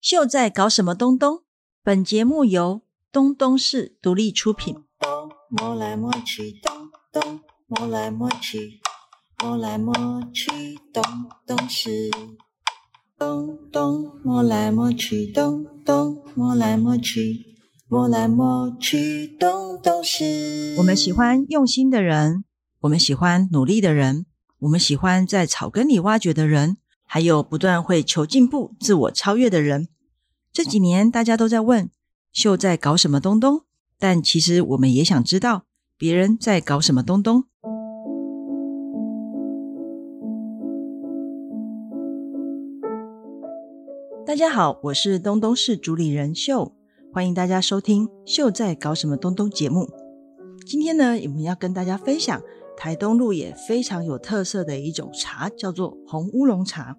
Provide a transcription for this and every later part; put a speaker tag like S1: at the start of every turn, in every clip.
S1: 秀在搞什么东东？本节目由东东市独立出品。
S2: 东摸来摸去，东东摸来摸去，摸来摸去，东东是东东摸来摸去，东东摸来摸去，摸来摸去，东东是。
S1: 我们喜欢用心的人，我们喜欢努力的人，我们喜欢在草根里挖掘的人，还有不断会求进步、自我超越的人。这几年大家都在问秀在搞什么东东，但其实我们也想知道别人在搞什么东东。大家好，我是东东市主理人秀，欢迎大家收听《秀在搞什么东东》节目。今天呢，我们要跟大家分享台东路也非常有特色的一种茶，叫做红乌龙茶。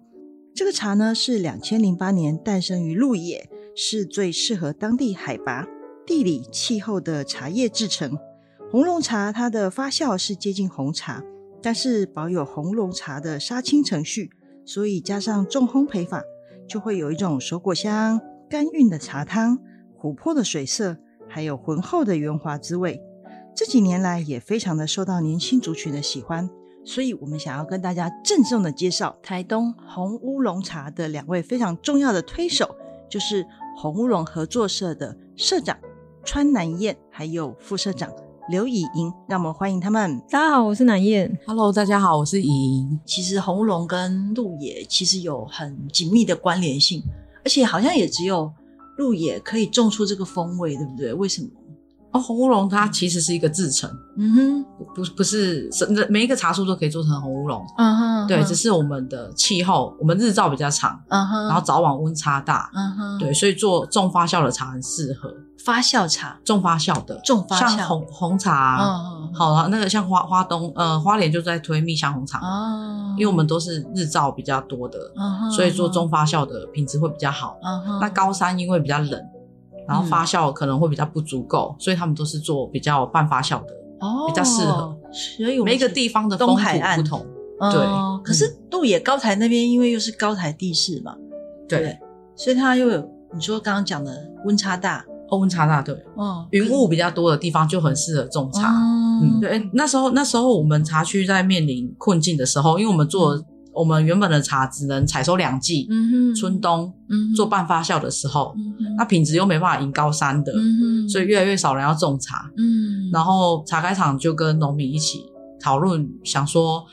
S1: 这个茶呢是两千零八年诞生于鹿野，是最适合当地海拔、地理、气候的茶叶制成。红龙茶它的发酵是接近红茶，但是保有红龙茶的杀青程序，所以加上重烘焙法，就会有一种手果香、甘韵的茶汤、琥珀的水色，还有浑厚的圆滑滋味。这几年来也非常的受到年轻族群的喜欢，所以我们想要跟大家郑重的介绍台东红乌龙茶的两位非常重要的推手，就是红乌龙合作社的社长川南燕，还有副社长刘以莹，让我们欢迎他们。
S3: 大家好，我是南燕。
S4: Hello，大家好，我是莹。
S1: 其实红乌龙跟鹿野其实有很紧密的关联性，而且好像也只有鹿野可以种出这个风味，对不对？为什么？
S4: 哦，红乌龙它其实是一个制成，
S1: 嗯哼，
S4: 不不是是每一个茶树都可以做成红乌龙。
S1: 嗯哼
S4: 对，只是我们的气候，我们日照比较长，
S1: 嗯哼，
S4: 然后早晚温差大，
S1: 嗯哼，
S4: 对，所以做重发酵的茶很适合。
S1: 发酵茶，
S4: 重发酵的，
S1: 重发酵
S4: 像红红茶啊，
S1: 嗯
S4: 好啊，那个像花花东呃花莲就在推蜜香红茶，
S1: 哦嗯
S4: 因为我们都是日照比较多的，
S1: 们
S4: 所以做中，发酵的品质会比较好。那
S1: 那
S4: 高山因为比较冷，然后发酵可能会比较不足
S1: 嗯
S4: 够，所以他们都是做比较半发酵的。
S1: 哦
S4: 比较适合，
S1: 所以我们
S4: 每一个地方的风
S1: 东海
S4: 土
S1: 岸
S4: 不同，
S1: 哦可是
S4: 嗯
S1: 鹿野高台那边因为又是高台地势嘛，
S4: 对，
S1: 对所以它又有你说刚刚讲的温差大，
S4: 欧温差大对，
S1: 哦
S4: 云雾比较多的地方就很适合种茶。
S1: 嗯
S4: 嗯，对，那时候那时候我们茶区在面临困境的时候，因为我们做我们原本的茶只能采收两季，
S1: 嗯哼
S4: 春冬
S1: 嗯哼
S4: 做半发酵的时候，
S1: 嗯哼
S4: 那品质又没办法赢高山的，
S1: 嗯哼
S4: 所以越来越少人要种茶。
S1: 嗯
S4: 然后茶开厂就跟农民一起讨论，想说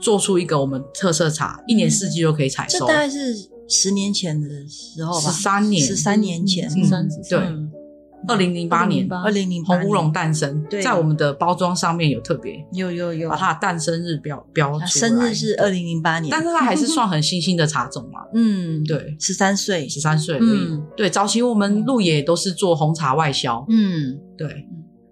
S4: 做出一个我们特色茶，一年四季都可以采
S1: 嗯这
S4: 收
S1: 大。概是十年前的时候吧，
S4: 13年
S1: 十三年前，
S4: 嗯
S3: 13
S4: 对二零零八年
S1: 二零零
S4: 红乌龙诞生
S1: 对，
S4: 在我们的包装上面有特别
S1: 有有有
S4: 把，它的诞生日标标出
S1: 他
S4: 来。
S1: 生日是二零零八年，
S4: 但是它还是算很新兴的茶种嘛，
S1: 嗯，
S4: 对，
S1: 十三岁，
S4: 十三岁而已。
S1: 嗯
S4: 对，早期我们鹿野都是做红茶外销，
S1: 嗯
S4: 对，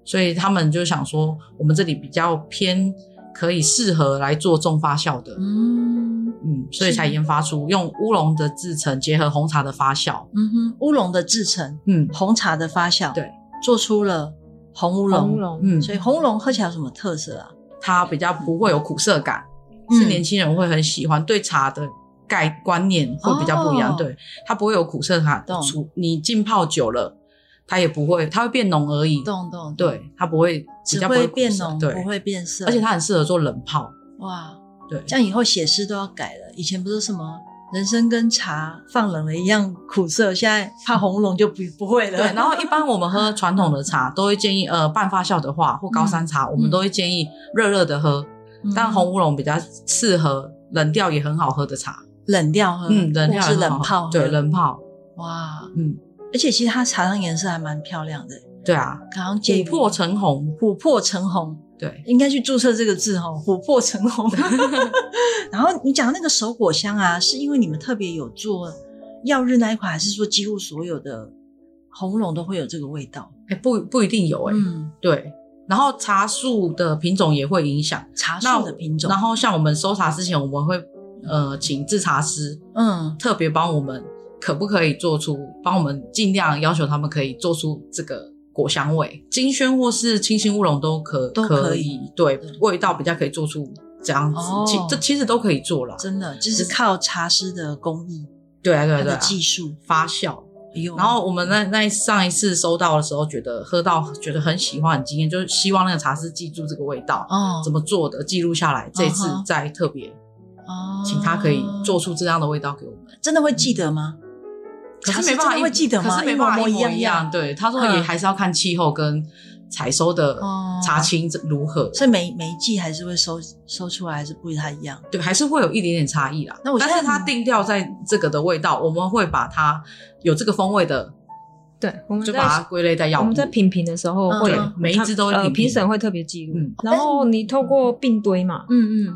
S4: 所以他们就想说，我们这里比较偏可以适合来做重发酵的，
S1: 嗯
S4: 嗯，所以才研发出用乌龙的制成，结合红茶的发酵，
S1: 嗯哼，乌龙的制成，
S4: 嗯，
S1: 红茶的发酵，
S4: 对，
S1: 做出了红乌龙。
S3: 红龙，
S4: 嗯，
S1: 所以红乌龙喝起来有什么特色啊？
S4: 它比较不会有苦涩感，
S1: 嗯
S4: 是年轻人会很喜欢，对茶的概观念会比较不一样，
S1: 哦
S4: 对，它不会有苦涩感
S1: 懂，
S4: 除你浸泡久了，它也不会，它会变浓而已，
S1: 懂懂，
S4: 对，它不会比
S1: 只
S4: 较不
S1: 会
S4: 苦涩
S1: 变浓，
S4: 对，
S1: 不会变色，
S4: 而且它很适合做冷泡，
S1: 哇，
S4: 对，
S1: 这样以后写诗都要改了。以前不是什么人参跟茶放冷了一样苦涩，现在怕红乌龙就不不会了。
S4: 对，然后一般我们喝传统的茶，都会建议呃半发酵的话或高山茶，我们都会建议热热的喝，
S1: 嗯
S4: 但红乌龙比较适合冷掉也很好喝的茶。
S1: 冷掉喝，
S4: 嗯，冷掉
S1: 或是
S4: 也很
S1: 冷
S4: 好喝
S1: 泡，嗯
S4: 对，冷，泡，
S1: 哇，
S4: 嗯，
S1: 而且其实它茶汤颜色还蛮漂亮的，
S4: 对啊，
S1: 好像介于
S4: 琥珀橙红，
S1: 琥珀橙红，
S4: 对，
S1: 应该去注册这个字 哈、哦，琥珀橙红。然后你讲那个手果香啊，是因为你们特别有做耀日那一款，还是说几乎所有的红乌龙都会有这个味道？
S4: 哎、不不一定有哎、
S1: 嗯，
S4: 对。然后茶树的品种也会影响，
S1: 茶
S4: 那
S1: 树啊的品种
S4: 然，后像我们收茶之前，我们会呃请制茶师
S1: 嗯，
S4: 特别帮我们，可不可以做出帮我们尽量要求他们可以做出这个果香味，金萱或是清新乌龙都可
S1: 都可以
S4: 可对
S1: 对
S4: 味道比较可以做出这样子，
S1: 哦
S4: 其这其实都可以做啦。
S1: 真的就是靠茶师的工艺，
S4: 对啊，对啊，
S1: 它
S4: 对
S1: 的
S4: 啊，
S1: 技术。
S4: 发酵。
S1: 哎呦，
S4: 然后我们那那上一次收到的时候，觉得喝到觉得很喜欢，很惊艳，就是希望那个茶师记住这个味道，
S1: 哦，
S4: 怎么做的，记录下来。这一次
S1: 嗯哼
S4: 再特别
S1: 哦
S4: 请他可以做出这样的味道给我们。
S1: 真的会记得吗？
S4: 可
S1: 茶
S4: 是
S1: 师
S4: 没办法
S1: 真
S4: 一，
S1: 的会记得吗？
S4: 可是没办法
S1: 一模
S4: 一
S1: 模
S4: 模
S1: 一
S4: 一样。对，他说
S1: 嗯
S4: 也还是要看气候跟采收的
S1: 哦
S4: 茶青如何，
S1: 所以每每一季还是会收收出来，还是不太一样。
S4: 对，还是会有一点点差异啦。
S1: 那我现
S4: 但
S1: 在
S4: 是它定调在这个的味道，我们会把它有这个风味的，
S3: 对，我们
S4: 就把它
S3: 在
S4: 归类在药
S3: 我
S4: 物
S3: 们。在品评的时候
S1: 嗯
S3: 会
S1: 对
S3: 有
S4: 每一只都会
S3: 呃
S4: 评评
S3: 评审会特别记录
S4: 嗯，
S3: 然后你透过并堆嘛，
S1: 嗯嗯，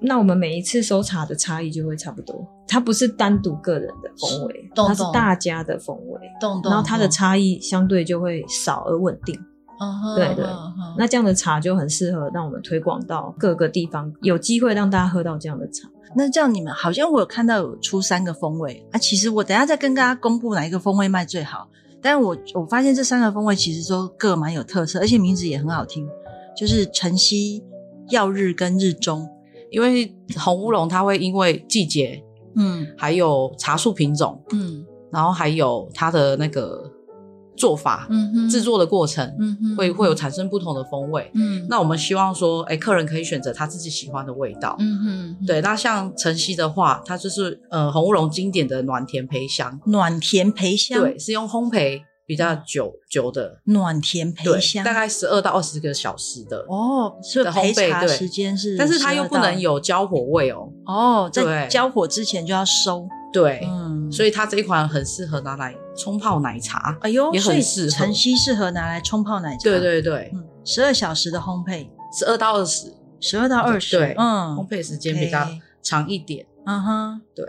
S3: 那我们每一次收茶的差异就会差不多，它不是单独个人的风味，
S1: 懂
S3: 它是
S1: 懂
S3: 大家的风味，
S1: 懂懂。
S3: 然后它的
S1: 懂，
S3: 差异相对就会少而稳定。
S1: 嗯哼
S3: 对对
S1: 嗯哼
S3: 那这样的茶就很适合让我们推广到各个地方，有机会让大家喝到这样的茶。
S1: 那这样你们好像我有看到有出三个风味啊，其实我等一下再跟大家公布哪一个风味卖最好。但是我我发现这三个风味其实都各蛮有特色，而且名字也很好听，就是晨曦、耀日跟日中。
S4: 因为红乌龙它会因为季节，
S1: 嗯
S4: 还有茶树品种，
S1: 嗯
S4: 然后还有它的那个做法、
S1: 嗯哼
S4: 制作的过程，
S1: 嗯哼
S4: 会会有产生不同的风味。
S1: 嗯
S4: 那我们希望说，哎，客人可以选择他自己喜欢的味道。
S1: 嗯哼
S4: 对，那像晨曦的话，它就是呃红乌龙经典的暖甜培香，
S1: 暖甜培香，
S4: 对，是用烘焙比较久久的，
S1: 暖甜培
S4: 对，
S1: 香，
S4: 大概十二到二十个小时的。
S1: 哦，所以
S4: 的
S1: 焙
S4: 烘焙
S1: 茶
S4: 对
S1: 时间是12到，
S4: 但是它又不能有焦火味哦，
S1: 哦，在
S4: 对
S1: 交火之前就要收，
S4: 对，
S1: 嗯，
S4: 所以它这一款很适合拿来冲泡奶茶。
S1: 哎呦，
S4: 也
S1: 所以
S4: 很适合
S1: 晨曦适合拿来冲泡奶茶，
S4: 对，对对，
S1: 嗯，十二小时的烘焙，
S4: 十二到二十，
S1: 十二到二十，
S4: 对
S1: 嗯
S4: 烘，焙时间比较
S1: OK
S4: 长一点。
S1: 嗯哼，
S4: 对，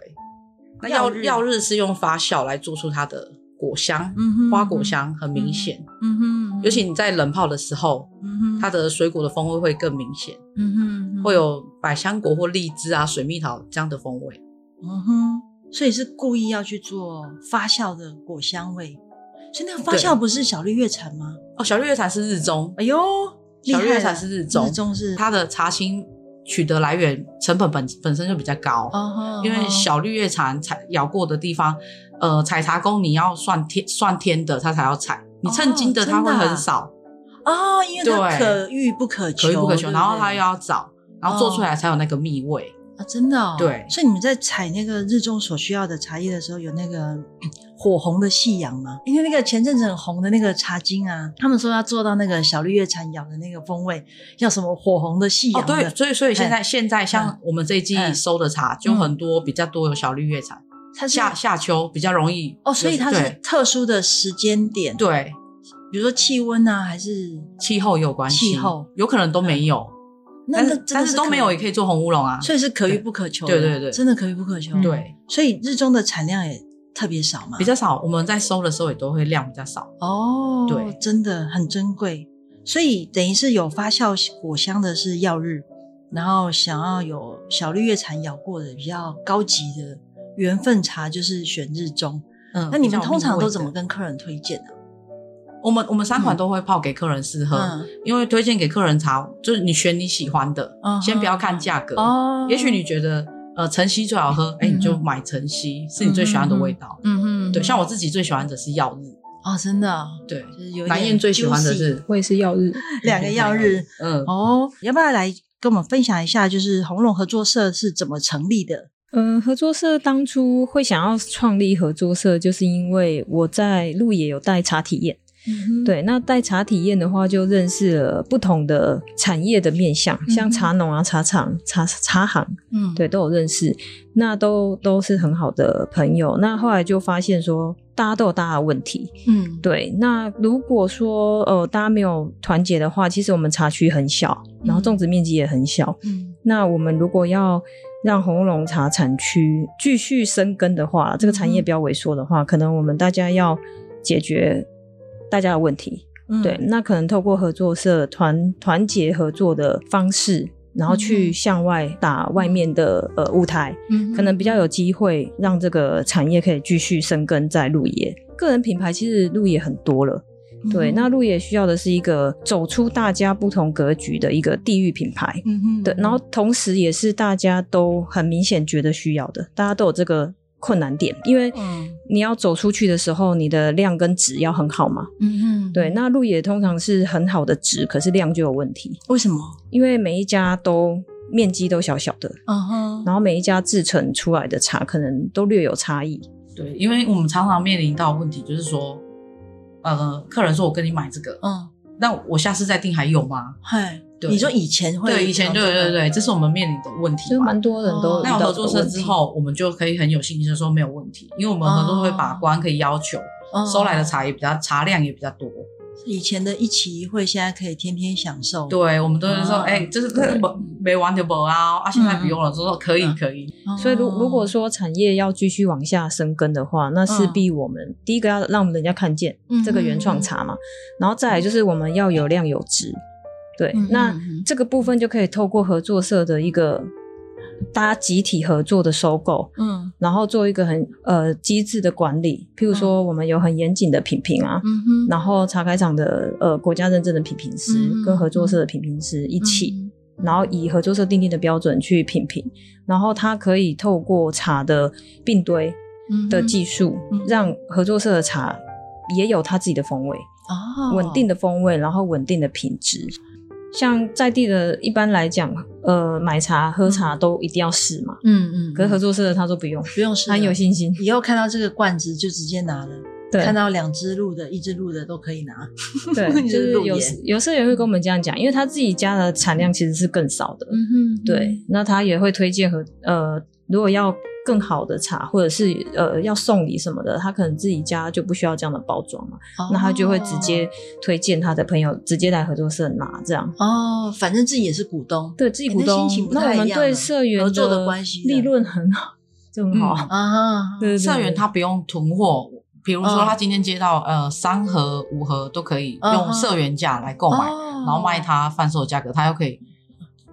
S4: 那
S1: 药
S4: 药
S1: 日
S4: 药日是用发酵来做出它的果香，
S1: 嗯哼，
S4: 花果，香很明显，
S1: 嗯哼，
S4: 尤其你在冷泡的时候，
S1: 嗯哼，
S4: 它的水果的风味会更明显，
S1: 嗯哼，嗯哼
S4: 会，有百香果或荔枝啊、水蜜桃这样的风味。
S1: 嗯哼，所以是故意要去做发酵的果香味，所以那个发
S4: 对
S1: 酵不是小绿叶蝉吗？
S4: 哦，小绿叶茶是日中，
S1: 哎呦，厉
S4: 小
S1: 害
S4: 绿叶
S1: 了
S4: 茶是日中
S1: 日中是
S4: 它的茶青取得来源成本本本身就比较高，
S1: 哦吼，
S4: 因为
S1: 哦
S4: 小绿叶茶采咬过的地方，呃，采茶工你要算天算天的，它才要采。你
S1: 哦
S4: 称斤的，
S1: 真的
S4: 它
S1: 啊
S4: 会很少，
S1: 哦，因为它
S4: 对
S1: 可遇不可求，
S4: 可遇不可
S1: 对
S4: 求。
S1: 对嗯
S4: 然后它又要早，然后做出来才有那个蜜味。
S1: 啊，真的哦，
S4: 对
S1: 所以你们在采那个日中所需要的茶叶的时候，有那个 嗯火红的夕阳吗？因为那个前阵子很红的那个茶精啊，他们说要做到那个小绿叶蝉咬的那个风味，要什么火红的夕
S4: 哦
S1: 阳，的，
S4: 对，所以所以现在现在像我们这一季
S1: 嗯
S4: 收的茶，就很多比较多有小绿叶茶，
S1: 它是
S4: 夏夏秋比较容易
S1: 哦，所以它是
S4: 对
S1: 特殊的时间点，，
S4: 对
S1: 比如说气温啊，还是
S4: 气候有关系，
S1: 气候
S4: 有可能都没有，
S1: 那
S4: 但
S1: 那
S4: 是
S1: 真的
S4: 但是都没有也可以做红乌龙啊
S1: 以，所以是可遇不可求的，
S4: 对对对
S1: 真的可遇不可求，
S3: 嗯
S4: 对，
S1: 所以日中的产量也特别少嘛，
S4: 比较少。我们在收的时候也都会量比较少，
S1: 哦，
S4: 对
S1: 真的很珍贵。所以等于是有发酵果香的是耀日，然后想要有小绿叶蝉咬过的比较高级的缘分茶，就是选日中。
S4: 嗯，
S1: 那你们
S4: 比较有
S1: 通常
S4: 蜜味
S1: 都
S4: 的
S1: 怎么？跟客人推荐呢、
S4: 我们我们三款都会泡给客人试喝，
S1: 嗯
S4: 因为推荐给客人茶，就是你选你喜欢的，
S1: 嗯哼
S4: 先不要看价格。
S1: 哦
S4: 也许你觉得呃晨曦最好喝，哎、
S1: 嗯哼
S4: 你就买晨曦，是你最喜欢的味道。
S1: 嗯哼
S4: 对，像我自己最喜欢的是耀日，
S1: 哦，真的哦、
S4: 对，
S1: 就是有点
S4: 南燕最喜欢的
S1: juicy
S4: 是
S3: 我也是耀日，
S1: 两个耀日
S4: 嗯。
S1: 哦，要不要来跟我们分享一下，就是红龙合作社是怎么成立的？
S3: 嗯，合作社当初会想要创立合作社，就是因为我在鹿野有带茶体验。
S1: 嗯，
S3: 对，那带茶体验的话，就认识了不同的产业的面向，像茶农啊、茶厂、茶茶行，
S1: 嗯，
S3: 对，都有认识。那都都是很好的朋友。那后来就发现说，大家都有大家的问题，
S1: 嗯，
S3: 对，那如果说呃大家没有团结的话，其实我们茶区很小，然后种植面积也很小。
S1: 嗯，
S3: 那我们如果要让红龙茶产区继续生根的话，这个产业
S1: 嗯
S3: 不要萎缩的话，可能我们大家要解决大家的问题。
S1: 嗯
S3: 对，，那可能透过合作社团团结合作的方式，然后
S1: 嗯
S3: 去向外打外面的呃舞台。
S1: 嗯
S3: 可能比较有机会让这个产业可以继续生根在鹿野。个人品牌其实鹿野很多了，
S1: 嗯
S3: 对，那鹿野需要的是一个走出大家不同格局的一个地域品牌，
S1: 嗯哼，
S3: 对，然后同时也是大家都很明显觉得需要的，大家都有这个困难点，因为
S4: 嗯
S3: 你要走出去的时候，你的量跟质要很好嘛。
S4: 嗯嗯，
S3: 对，那鹿野通常是很好的质，可是量就有问题，
S4: 为什么？
S3: 因为每一家都面积都小小的，
S4: 嗯哼，
S3: 然后每一家制成出来的茶可能都略有差异。
S4: 对，因为我们常常面临到的问题就是说，呃，客人说我跟你买这个，
S2: 嗯，
S4: 那我下次再订还有吗？
S2: 嗨，
S4: 对
S2: 你说以前会
S4: 对，以前对对对，这是我们面临的问
S3: 其
S4: 题
S3: 实
S4: 嘛。
S3: 蛮多人都
S2: 哦
S3: 遇
S4: 那有
S3: 到
S4: 合
S3: 这
S4: 作
S3: 个
S4: 社
S3: 问
S4: 之
S3: 题。
S4: 后，我们就可以很有信心的说没有问题，因为我们合作会把
S2: 哦
S4: 关可以要求，
S2: 嗯
S4: 收来的茶也比较茶量也比较多。
S2: 以前的一期一会，现在可以天天享受。
S4: 对，我们都是说，
S2: 哦
S4: 哎、就是这不没完就不啊，啊，现在不用了，就说可以
S2: 嗯
S4: 可以，
S2: 哦，
S3: 所以，如如果说产业要继续往下生根的话，那势必我们、第一个要让人家看见
S2: 嗯
S3: 这个原创茶嘛，然后再来就是我们要有量有值。对，
S2: 嗯
S3: 那
S2: 嗯嗯
S3: 这个部分就可以透过合作社的一个大家集体合作的收购，
S2: 嗯
S3: 然后做一个很呃机制的管理。譬如说，我们有很严谨的品评啊，
S2: 嗯哼，
S3: 然后茶改厂的呃国家认证的品评师
S2: 嗯嗯嗯
S3: 跟合作社的品评师一起，然后以合作社订定的标准去品评，然后它可以透过茶的并堆
S2: 嗯
S3: 的技术，
S2: 嗯
S3: 让合作社的茶也有它自己的风味，
S2: 哦
S3: 稳定的风味，然后稳定的品质。像在地的，一般来讲，呃，买茶喝茶都一定要试嘛。
S2: 嗯嗯嗯，啊
S3: 可是合作社的他说不用，
S2: 不用试了，
S3: 他有信心。
S2: 以后看到这个罐子就直接拿了，
S3: 对
S2: 看到两只鹿的、一只鹿的都可以拿。
S3: 对，
S2: 你
S3: 就是是
S2: 路
S3: 有
S2: 野
S3: 时有社员会跟我们这样讲，因为他自己家的产量其实是更少的。
S4: 嗯
S2: 哼，
S3: 对，那他也会推荐和呃，如果要更好的茶，或者是呃要送礼什么的，他可能自己家就不需要这样的包装嘛，
S2: 哦
S3: 那他就会直接推荐他的朋友直接来合作社拿这样。
S2: 哦，反正自己也是股东
S3: 对自己
S2: 哎
S3: 股
S2: 那心
S3: 东
S2: 情，不
S3: 那
S2: 太
S3: 我们
S2: 一样
S3: 对
S2: 了
S3: 社员
S2: 合作的关系了
S3: 利润很好，就很好。
S2: 啊，
S3: 对对对
S4: 社员他不用囤货。比如说，
S2: 嗯
S4: 他今天接到、呃三盒、五盒都可以
S2: 嗯
S4: 用
S2: 嗯
S4: 社员价来购买，
S2: 哦
S4: 然后卖，他贩售的价格，他又可以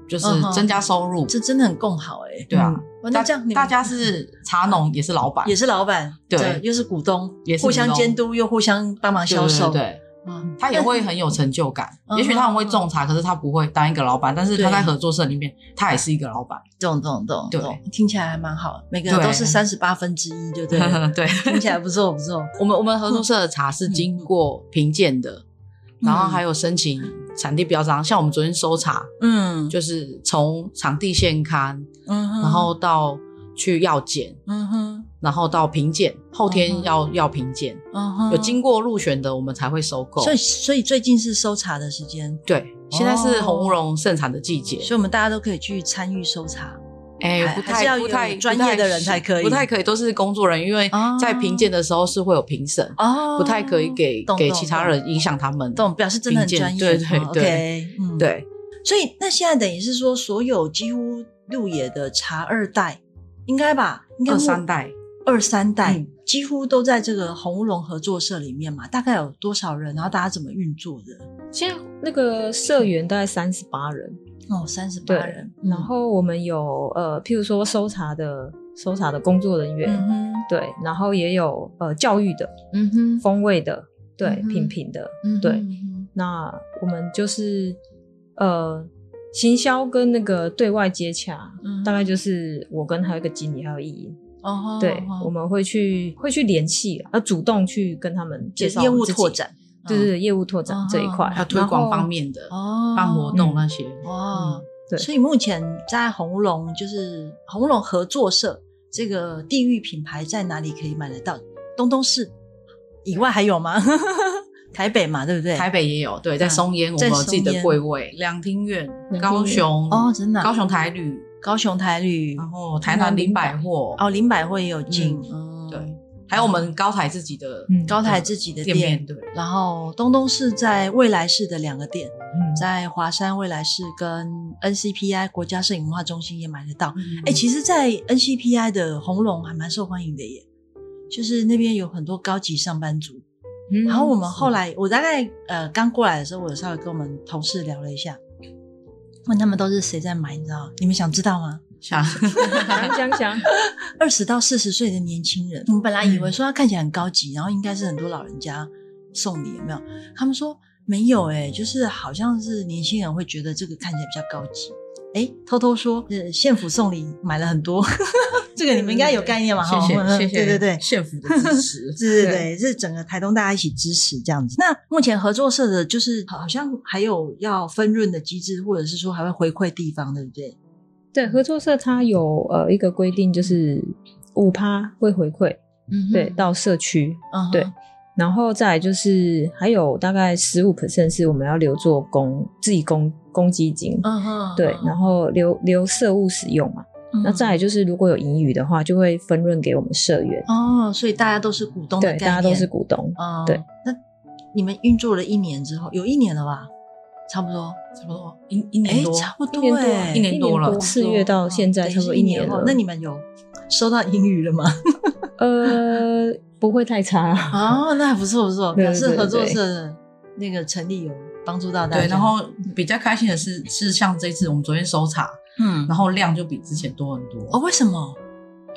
S4: 就是
S2: 嗯哼
S4: 增加收入。
S2: 这真的很共好哎、
S4: 对啊，
S2: 哇
S4: 大
S2: 那这样你们
S4: 大家是茶农，也是老板，
S2: 也是老板，
S4: 对
S2: 又是股东，
S4: 也是股
S2: 互
S4: 东
S2: 相监督，又互相帮忙
S4: 对
S2: 销售，
S4: 对对对
S2: 嗯，
S4: 他也会很有成就感
S2: 嗯。
S4: 也许他很会种茶，可是他不会当一个老板，但是他
S2: 对
S4: 在合作社里面，他也是一个老板。
S2: 懂懂懂
S4: 对
S2: 懂，听起来还蛮好，每个人
S4: 对
S2: 都是三十八分之一，就对了，
S4: 对，嗯
S2: 听起来不错不错，
S4: 我们我们合作社的茶是经过评鉴的，然后还有申请产地标章。像我们昨天收茶，
S2: 嗯
S4: 就是从场地现刊，
S2: 嗯哼，
S4: 然后到去药检，
S2: 嗯哼
S4: 然后到评鉴，后
S2: 嗯哼
S4: 天要要评鉴，
S2: 嗯哼，
S4: 有经过入选的我们才会收购。
S2: 所以所以最近是收茶的时间，
S4: 对，现在是红乌龙盛产的季节，
S2: 哦所以我们大家都可以去参与收茶，
S4: 哎、
S2: 还
S4: 不
S2: 还是要
S4: 太
S2: 有
S4: 不太
S2: 专业的人才可以
S4: 不太可以都是工作人员，因为
S2: 哦
S4: 在评鉴的时候是会有评审，
S2: 哦
S4: 不太可以给
S2: 懂
S4: 给
S2: 懂
S4: 其他
S2: 懂
S4: 人影响他们。
S2: 懂，表示真的很
S4: 评鉴
S2: 专业，
S4: 对对
S2: 哦
S4: 对
S2: OK，嗯，。
S4: 对，
S2: 所以那现在等于是说，所有几乎鹿野的茶二代，应该吧？应该
S4: 二
S2: 目
S4: 三代，
S2: 二三代、
S4: 嗯
S2: 几乎都在这个红乌龙合作社里面嘛。大概有多少人？然后大家怎么运作的？
S3: 现在那个社员大概三十八人，
S2: 哦，三十八
S3: 对
S2: 人。嗯
S3: 然，后我们有呃，譬如说收茶的收茶的工作人员，
S2: 嗯哼，
S3: 对，然后也有呃教育的、
S2: 嗯哼，
S3: 风味的，对，
S2: 嗯哼
S3: 品评的。
S2: 嗯哼
S3: 对
S2: 嗯哼
S3: 那我们就是呃，行销跟那个对外接洽，
S2: 嗯
S3: 大概就是我跟还有一个经理还有意莹，
S2: 哦吼，
S3: 对，
S2: 哦吼
S3: 我们会去会去联系啊，要主动去跟他们介
S2: 就
S3: 绍
S2: 业务
S3: 自己
S2: 拓，展，嗯
S3: 对对对，业务拓展这一块，
S4: 还有推
S3: 然
S4: 广
S3: 后
S4: 方，面的，
S2: 哦，
S4: 办活动那些。
S2: 哇、
S4: 嗯
S3: 对
S2: 所以目前在红乌龙就是红乌龙合作社这个地域品牌在哪里可以买得到？东东市以外还有吗？ 台北嘛，对不对？
S4: 台北也有，对，在
S2: 嗯
S4: 松烟我
S2: 在
S4: 们有自己
S2: 松
S4: 的
S2: 烟
S4: 柜位，两厅院、
S3: 两
S4: 高
S3: 厅院
S4: 雄
S2: 哦，真的啊、
S4: 高雄台嗯旅，
S2: 高雄台旅
S4: 然后台南林百货，
S2: 哦，林百货也有进，嗯，
S4: 对，还有我们高台自己的
S3: 嗯
S2: 高台自己的
S4: 店面，对，
S2: 然后东东市在未来市的两个店，
S3: 嗯
S2: 在华山未来市跟 NCPI 国家摄影文化中心也买得到。哎、
S4: 哎，
S2: 其实，在 NCPI 的红龙还蛮受欢迎的耶，就是那边有很多高级上班族。
S3: 嗯
S2: 然后我们后来，我大概呃刚过来的时候，我有稍微跟我们同事聊了一下，问他们都是谁在买，你知道？你们想知道吗？
S4: 想
S3: 想想想，
S2: 二十到四十岁的年轻人，我们本来
S3: 嗯
S2: 以为说他看起来很高级，然后应该是很多老人家送礼，有没有？哎他们说没有、欸，就是好像是年轻人会觉得这个看起来比较高级。哎，偷偷说，是县府送礼买了很多，这个你们应该有概念嘛？
S4: 谢
S2: 哈
S4: 谢
S2: 嗯
S4: 谢谢，
S2: 对对对，。
S4: 县府的支持
S2: 是，对，
S3: 对
S2: 是整个台东大家一起支持这样子。那目前合作社的，就是好像还有要分润的机制，或者是说还会回馈地方，对不对？
S3: 对，合作社它有呃一个规定，就是五趴会回馈，
S2: 嗯
S3: 对，，到社区，
S2: 嗯哼
S3: 对，然后再来就是还有大概十五 percent 是我们要留作公自己公公积金，
S2: 嗯嗯哼，
S3: 对，然后留留社务使用嘛。那再来就是如果有盈余的话，就会分润给我们社员，
S2: 哦，所以大家都是股东的
S3: 对，
S2: 概念，
S3: 大家都是股东。
S2: 嗯，
S3: 对。
S2: 那你们运作了一年之后，有一年了吧？差不多，
S4: 差不多一一
S2: 哎
S4: 年，多，
S2: 差不多
S3: 一年
S2: 哎，
S3: 多，
S4: 一年多了
S3: 四月到现在
S2: 嗯
S3: 差不
S2: 等
S3: 多
S2: 于是一
S3: 年
S2: 后
S3: 了。
S2: 那你们有收到英语了吗？
S3: 呃不会太差啊啦，
S2: 哦，那还不错不错，
S3: 对
S2: 表示
S3: 对
S2: 合作
S3: 对
S2: 社的那个成立有帮助到大家。
S4: 对，然后比较开心的是，是像这次我们昨天收茶，
S2: 嗯，
S4: 然后量就比之前多很多。
S2: 哦，为什么？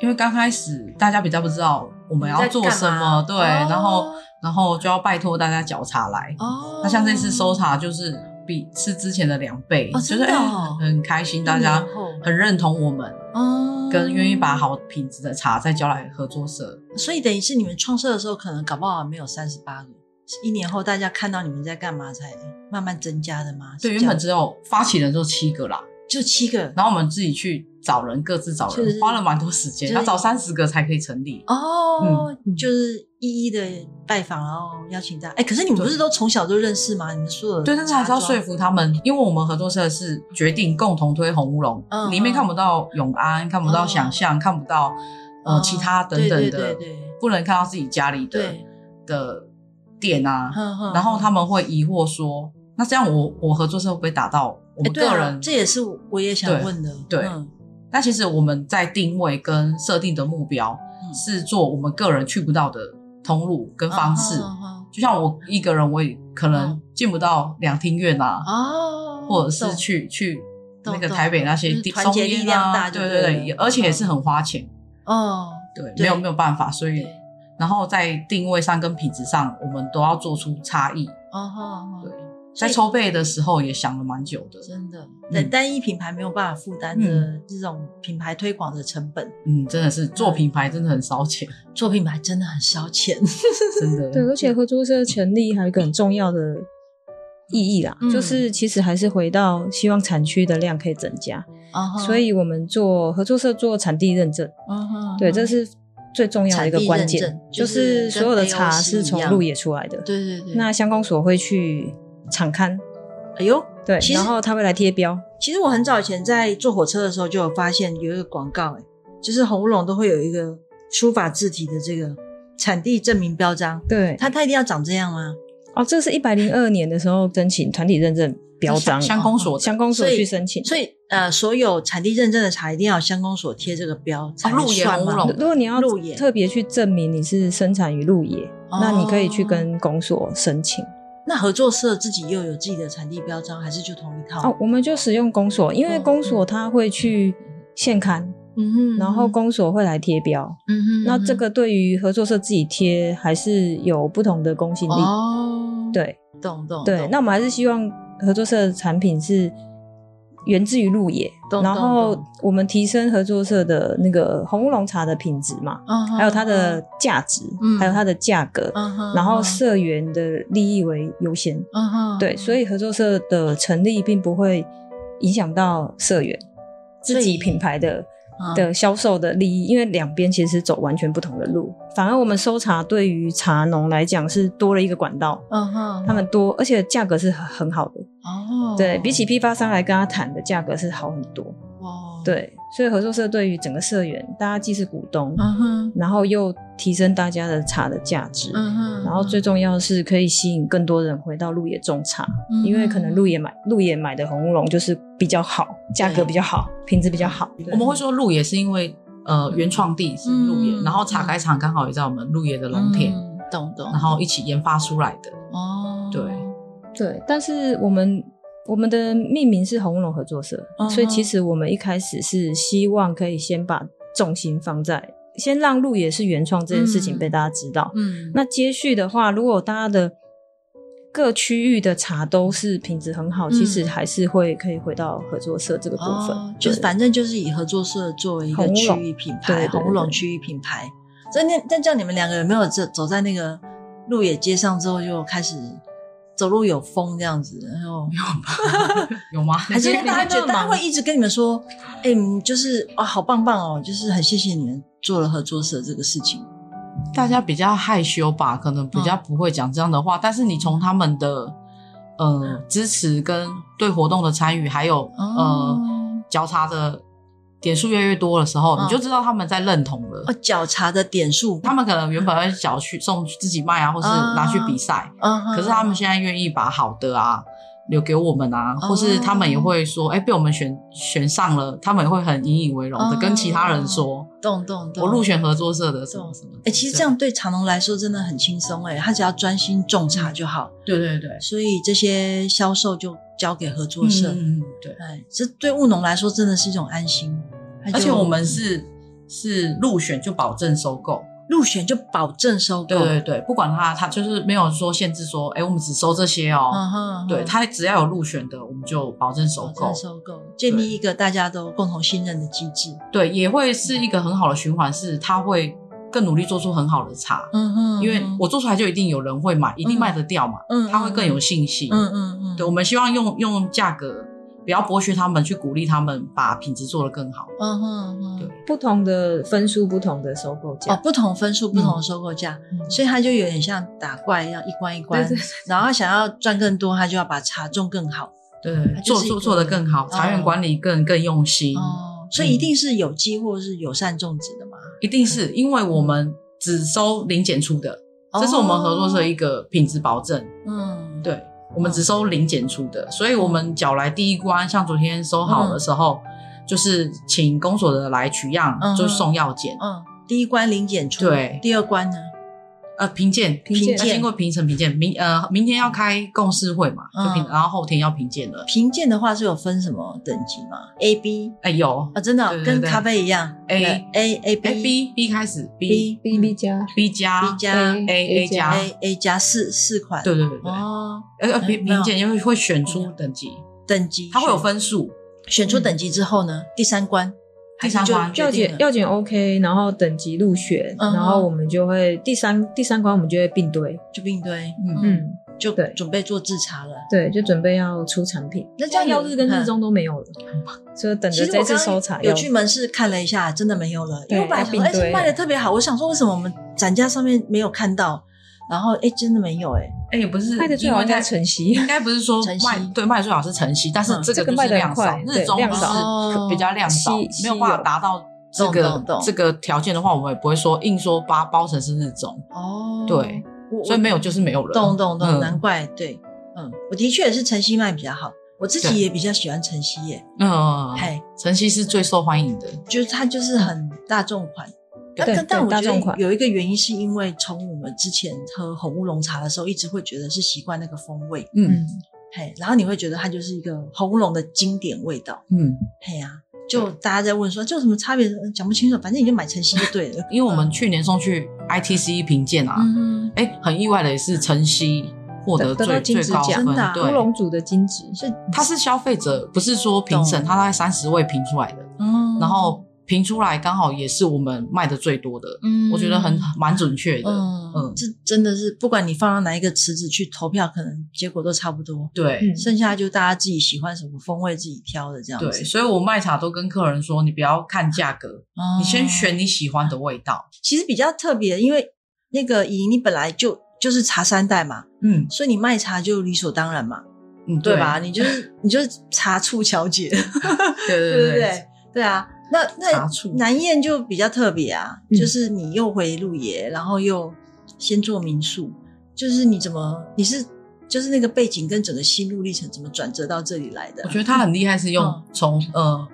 S4: 因为刚开始大家比较不知道我们要做什么，
S2: 在
S4: 对，
S2: 干嘛
S4: 然后
S2: 哦
S4: 然后就要拜托大家缴茶来。
S2: 哦，
S4: 那像这次收茶就是比是之前的两倍，
S2: 哦
S4: 就
S2: 真
S4: 是
S2: 的
S4: 哎
S2: 哦
S4: 很开心，大家
S2: 一年后
S4: 很认同我们，
S2: 哦，
S4: 跟愿意把，好品质的茶再交来合作社。
S2: 所以等于是你们创设的时候，可能搞不好没有三十八个，是一年后大家看到你们在干嘛，才慢慢增加的吗？是
S4: 对，原
S2: 这样
S4: 本嗯只有发起人就七个啦，
S2: 就七个，
S4: 然后我们自己去找人，各自找
S2: 就是
S4: 人，花了蛮多时间，
S2: 就是
S4: 要找三十个才可以成立。
S2: 哦，
S3: 嗯
S2: 就是一一的拜访，然后邀请大家。哎，可是你们不是都从小就认识吗？你们所有的
S4: 对，但是还是要说
S2: 服。
S4: 服他们，因为我们合作社是决定共同推红乌龙，
S2: 嗯
S4: 里面看不到永安，看不到
S2: 嗯
S4: 想象，看不到呃
S2: 哦
S4: 其他等等
S2: 对
S4: 的
S2: 对对对，
S4: 不能看到自己家里的
S2: 对嗯
S4: 的店啊。
S2: 然
S4: 然后他们会疑惑说，那这样我我合作社会不会打到我
S2: 哎，
S4: 们
S2: 对啊
S4: 个人？
S2: 这也是我也想
S4: 对
S2: 问的。
S4: 对
S2: 嗯
S4: 那其实我们在定位跟设定的目标
S2: 嗯
S4: 是做我们个人去不到的通路跟方式。
S2: 嗯嗯
S4: 就像我一个人，我也可能
S2: 嗯
S4: 进不到两厅院啊
S2: 嗯，哦，
S4: 或者是
S2: 懂
S4: 去去
S2: 懂
S4: 那个
S2: 懂
S4: 台北那些
S2: 就是
S4: 地
S2: 团结
S4: 松烟
S2: 力量
S4: 啊
S2: 大就
S4: 对
S2: 对
S4: 对
S2: 了
S4: 对，也而且也是很花钱，
S2: 哦，
S4: 对，
S2: 对
S4: 没有没有办法，所以
S2: 对，
S4: 然后在定位上跟品质上，我们都要做出差异。
S2: 哦哈，
S4: 对
S2: 哦，
S4: 在筹备的时候也想了蛮久的，
S2: 真的，
S3: 嗯
S2: 但单一品牌没有办法负担的这种品牌推广的成本，
S4: 嗯，真的是做品牌真的很烧 钱，
S2: 做品牌真的很烧 钱。
S4: 真的。
S3: 对，而且合作社成立还有一个很重要的意义啦，
S2: 嗯
S3: 就是其实还是回到希望产区的量可以增加，
S2: 啊哈
S3: 所，以我们做合作社做产地认证，
S2: 嗯哼
S3: 对，这是最重要的一个关
S2: 产地
S3: 键
S2: 认证，就
S3: 就是是所有的茶是
S2: 跟 AOC 一
S3: 从
S2: 样
S3: 鹿野出来的，
S2: 对对对。
S3: 那乡公所会去场刊，
S2: 哎呦，
S3: 对
S2: 其，实
S3: 然后他会来贴标，
S2: 其实我很早以前在坐火车的时候就有发现有一个广告、哎，就是红乌龙都会有一个书法字体的这个产地证明标章，
S3: 对，
S2: 它它一定要长这样吗？
S3: 哦，这是一百零二年的时候申请团体认证标章，
S4: 乡公所的
S3: 乡公所
S2: 所以
S3: 去申请，
S2: 所以呃，所有产地认证的茶一定要有乡公所贴这个标，
S3: 哦
S2: 才
S4: 鹿野
S2: 算
S4: 红乌
S2: 吗
S4: 龙
S3: 如果你要
S2: 鹿野
S3: 特别去证明你是生产于鹿野，那你可以去
S2: 哦
S3: 跟公所申请。
S2: 那合作社自己又有自己的产地标章，还是就同一套？
S3: 哦，我们就使用公所，因为
S2: 嗯
S3: 公所它会去现刊，
S2: 嗯哼
S3: 然后公所会来贴标。
S2: 嗯哼
S3: 那这个对于合作社自己贴还是有不同的公信力。
S2: 哦，，
S3: 对
S2: 懂懂
S3: 对，
S2: 懂
S3: 那我们还是希望合作社的产品是源自于鹿野，
S2: 懂
S3: 然
S2: 懂
S3: 后
S2: 懂
S3: 我们提升合作社的那个红乌龙茶的品质嘛，
S2: 嗯哼
S3: 还有它的价值，
S2: 嗯
S3: 还有它的价格，
S2: 嗯哼
S3: 然后社员的利益为优先。
S2: 嗯哼
S3: 对，所以合作社的成立并不会影响到社员自己品牌的
S2: 嗯
S3: 的销售的利益，因为两边其实走完全不同的路。反而我们搜查对于茶农来讲是多了一个管道，
S2: 嗯哼
S3: 他们多，而且价格是很很好的。
S2: 哦，
S3: 对比起批发商来跟他谈的价格是好很多。
S2: 哇，
S3: 对，所以合作社对于整个社员，大家既是股东，
S2: 嗯哼
S3: 然后又提升大家的茶的价值。
S2: 嗯哼，
S3: 然后最重要的是可以吸引更多人回到鹿野种茶，
S2: 嗯
S3: 因为可能鹿野买鹿野买的红乌龙就是比较好，价格比较好，品质比较好。
S4: 我们会说鹿野是因为呃原创地是鹿野，
S2: 嗯
S4: 然后茶改厂刚好也在我们鹿野的农田，
S2: 嗯懂懂，
S4: 然后一起研发出来的。
S2: 哦，
S4: 对
S3: 对，但是我们我们的命名是红乌龙合作社，
S2: 嗯哼
S3: 所以其实我们一开始是希望可以先把重心放在先让鹿野是原创这件事情
S2: 嗯
S3: 被大家知道。
S2: 嗯，
S3: 那接续的话，如果大家的各区域的茶都是品质很好，
S2: 嗯
S3: 其实还是会可以回到合作社这个部分，
S2: 哦，就是
S3: 对
S2: 反正就是以合作社作为一个
S3: 红
S2: 区
S3: 龙
S2: 域品
S3: 对
S2: 牌，
S3: 对对
S2: 红龙
S3: 对
S2: 区域品牌。所以那但这样你们两个有没有这走在那个路野街上之后就开始走路有风这样子？然后
S4: 有吗？
S2: 还是
S3: 你觉得
S2: 大家觉得
S3: 你会
S2: 大
S3: 那么
S2: 家
S3: 忙
S2: 会一直跟你们说，哎、嗯就是啊、好棒棒哦，就是很谢谢你们做了合作社这个事情。
S4: 大家比较害羞吧，可能比较不会讲这样的话。
S2: 嗯
S4: 但是你从他们的呃支持跟对活动的参与，还有、
S2: 哦
S4: 呃交叉的点数越来越多的时候，
S2: 嗯
S4: 你就知道他们在认同了。
S2: 哦，缴茶的点数，
S4: 他们可能原本会小去送去自己卖啊，或是拿去比赛，
S2: 嗯，
S4: 可是他们现在愿意把好的啊留给我们啊，
S2: 哦
S4: 或是他们也会说，哎、被我们选选上了，他们也会很引以为荣的、
S2: 哦
S4: 跟其他人说，
S2: 动动动，
S4: 我入选合作社的什么
S2: 懂
S4: 什么的。
S2: 哎、其实这样对茶农来说真的很轻松哎，他只要专心种茶就好，
S4: 对对对，
S2: 所以这些销售就交给合作社。
S4: 嗯嗯嗯对。
S2: 哎，这对务农来说真的是一种安心，他就
S4: 而且我们是是入选就保证收购，
S2: 入选就保证收购，
S4: 对对对，不管他他就是没有说限制说，哎，我们只收这些哦，
S2: 嗯哼，
S4: 对
S2: 他
S4: 他只要有入选的，我们就保证收
S2: 保
S4: 购
S2: 证，收购，建立一个大家都共同信任的机制。
S4: 对，也会是一个很好的循环，是他会更努力做出很好的茶，
S2: 嗯哼
S4: 因为我做出来就一定有人会买，一定卖得掉嘛，
S2: 嗯
S4: 他会更有信心，
S2: 嗯嗯嗯，
S4: 对，我们希望用用价格不要剥削他们，去鼓励他们把品质做得更好，
S2: 嗯哼嗯
S4: 对
S2: 哼，
S3: 不同的分数、不同的收购价。
S2: 哦，不同分数不同的收购价，
S3: 嗯
S2: 所以他就有点像打怪一样，一关一关，
S3: 对对
S2: 然后他想要赚更多，他就要把茶种更好。
S4: 对
S2: 它，就
S4: 做
S2: 是一
S4: 做
S2: 个
S4: 做得更好，茶园
S2: 哦
S4: 管理更更用心，
S2: 哦，所以一定是有机或是友善种植的嘛。
S4: 一定
S2: 嗯
S4: 是因为我们只收零检出的，嗯这是我们合
S2: 哦
S4: 作社一个品质保证。
S2: 嗯，
S4: 对，我们只收
S3: 嗯
S4: 零检出的，所以我们缴来第一关，像昨天收好
S3: 嗯
S4: 的时候，就是请公所的来取样，
S2: 嗯哼
S4: 就送药检，
S3: 哦
S2: 嗯，第一关零检出，
S4: 对
S2: 第二关呢？
S4: 呃，评鉴，
S3: 评鉴
S4: 要经过评审评鉴，明呃明天要开共事会嘛，就评，
S2: 嗯
S4: 然后后天要评鉴了。
S2: 评鉴的话是有分什么等级吗？A、B
S4: 哎，有
S3: 呃
S2: 啊，真的哦
S4: 对对
S2: 跟
S4: 对
S2: 咖啡一样
S4: A
S2: 对 A A B
S4: A B B 开始
S2: B
S3: B B 加
S4: B 加
S2: B 加
S4: A A 加，
S2: A A 加四四款，
S4: 对对对对，
S2: 哦，
S4: 呃
S3: 哎
S4: 呃评
S2: 没有
S4: 评鉴因为会选出等级，
S2: 等级
S4: 它会有
S2: 选
S4: 分数，
S2: 选出等级之后呢，嗯第三关，
S4: 第三关
S2: 还是就
S3: 药
S2: 决定
S3: 检
S2: 了
S3: 药检 OK，然后等级入选，
S2: 嗯哼
S3: 然后我们就会第三第三关我们就会并堆，
S2: 就并堆，嗯，
S3: 嗯，
S2: 就
S3: 对
S2: 准备做制茶了。
S3: 对，就准备要出产品。
S2: 那这样
S3: 药
S2: 你
S3: 日跟日
S2: 嗯
S3: 中都没有了，所以等
S2: 其
S3: 着
S2: 实我
S3: 这
S2: 刚
S3: 次
S2: 刚
S3: 收查
S2: 有
S3: 药
S2: 去门市看了一下，真的没有了。因为我
S3: 对
S2: 本来
S3: 要
S2: 想
S3: 并
S2: 说，哎，
S3: 堆
S2: 这卖的
S3: 了
S2: 特别好，我想说为什么我们展架上面没有看到，然后哎，真的没有哎。
S4: 哎，也不是，
S3: 卖的最好应该 晨曦，
S4: 应该不是说
S2: 晨曦
S4: 卖对卖最好是晨曦，但是
S2: 嗯
S4: 这
S3: 这
S4: 个
S3: 个
S4: 就是
S3: 卖得很
S4: 量少
S3: 快，
S4: 日
S3: 对
S4: 中
S3: 量
S4: 就是
S3: 少
S2: 哦
S4: 比较量少
S3: 稀，稀
S4: 没有办法
S3: 有
S4: 达到这
S2: 懂懂懂
S4: 个这个条件的话，我们也不会说硬说把它包成是日中，
S2: 哦
S4: 对，
S2: 我
S4: 所以没有就是没有人。
S2: 懂懂懂，
S4: 嗯
S2: 难怪对，嗯，我的确也是晨曦卖比较好，我自己
S4: 对
S2: 也比较喜欢晨曦耶，
S4: 嗯，
S2: 嘿，
S4: 晨曦是最受欢迎的，
S2: 就是它就是很大众款。
S4: 对
S2: 但
S3: 对
S2: 但我觉
S3: 大众
S2: 得
S3: 款
S2: 有一个原因，是因为从我们之前喝红乌龙茶的时候，一直会觉得是习惯那个风味，
S4: 嗯
S3: 嗯，
S2: 嘿，然后你会觉得它就是一个红乌龙的经典味道，
S4: 嗯，。
S2: 嘿呀、就大家在问说这有什么差别，嗯讲不清楚，反正你就买晨曦就对了
S4: 因为我们去年送去 ITC 评鉴啊，
S2: 嗯，
S4: 哎，很意外的也是晨曦获
S3: 得
S4: 得最
S3: 到金
S4: 最
S3: 质
S4: 高
S3: 奖
S4: 分
S2: 真的啊，
S3: 乌
S4: 对，
S3: 龙组的金值
S2: 是，
S4: 他是消费者，不是说评审，
S2: 懂
S4: 他大概三十位评出来的，
S2: 嗯
S4: 然后评出来刚好也是我们卖的最多的，
S2: 嗯
S4: 我觉得很蛮准确的。
S2: 嗯
S4: 嗯，
S2: 这真的是不管你放到哪一个池子去投票，可能结果都差不多，
S4: 对
S3: 嗯
S2: 剩下就大家自己喜欢什么风味自己挑的这样
S4: 对，
S2: 子。
S4: 所以我卖茶都跟客人说，你不要看价格，
S2: 哦
S4: 你先。选你喜欢的味道。
S2: 其实比较特别，因为那个姨你本来就就是茶三代嘛，
S4: 嗯
S2: 所以你卖茶就理所当然嘛，
S4: 嗯，
S2: 对吧？？你就是你就是茶醋小姐，
S4: 对对
S2: 对
S4: 对
S2: 不对？对啊，那
S4: 茶
S2: 那
S4: 醋
S2: 南燕就比较特别啊，
S3: 嗯
S2: 就是你又回鹿野，然后又先做民宿，就是你怎么你是就是那个背景跟整个心路历程怎么转折到这里来的
S4: 我
S2: 啊？
S4: 觉得他很厉害，是用
S2: 嗯
S4: 从呃，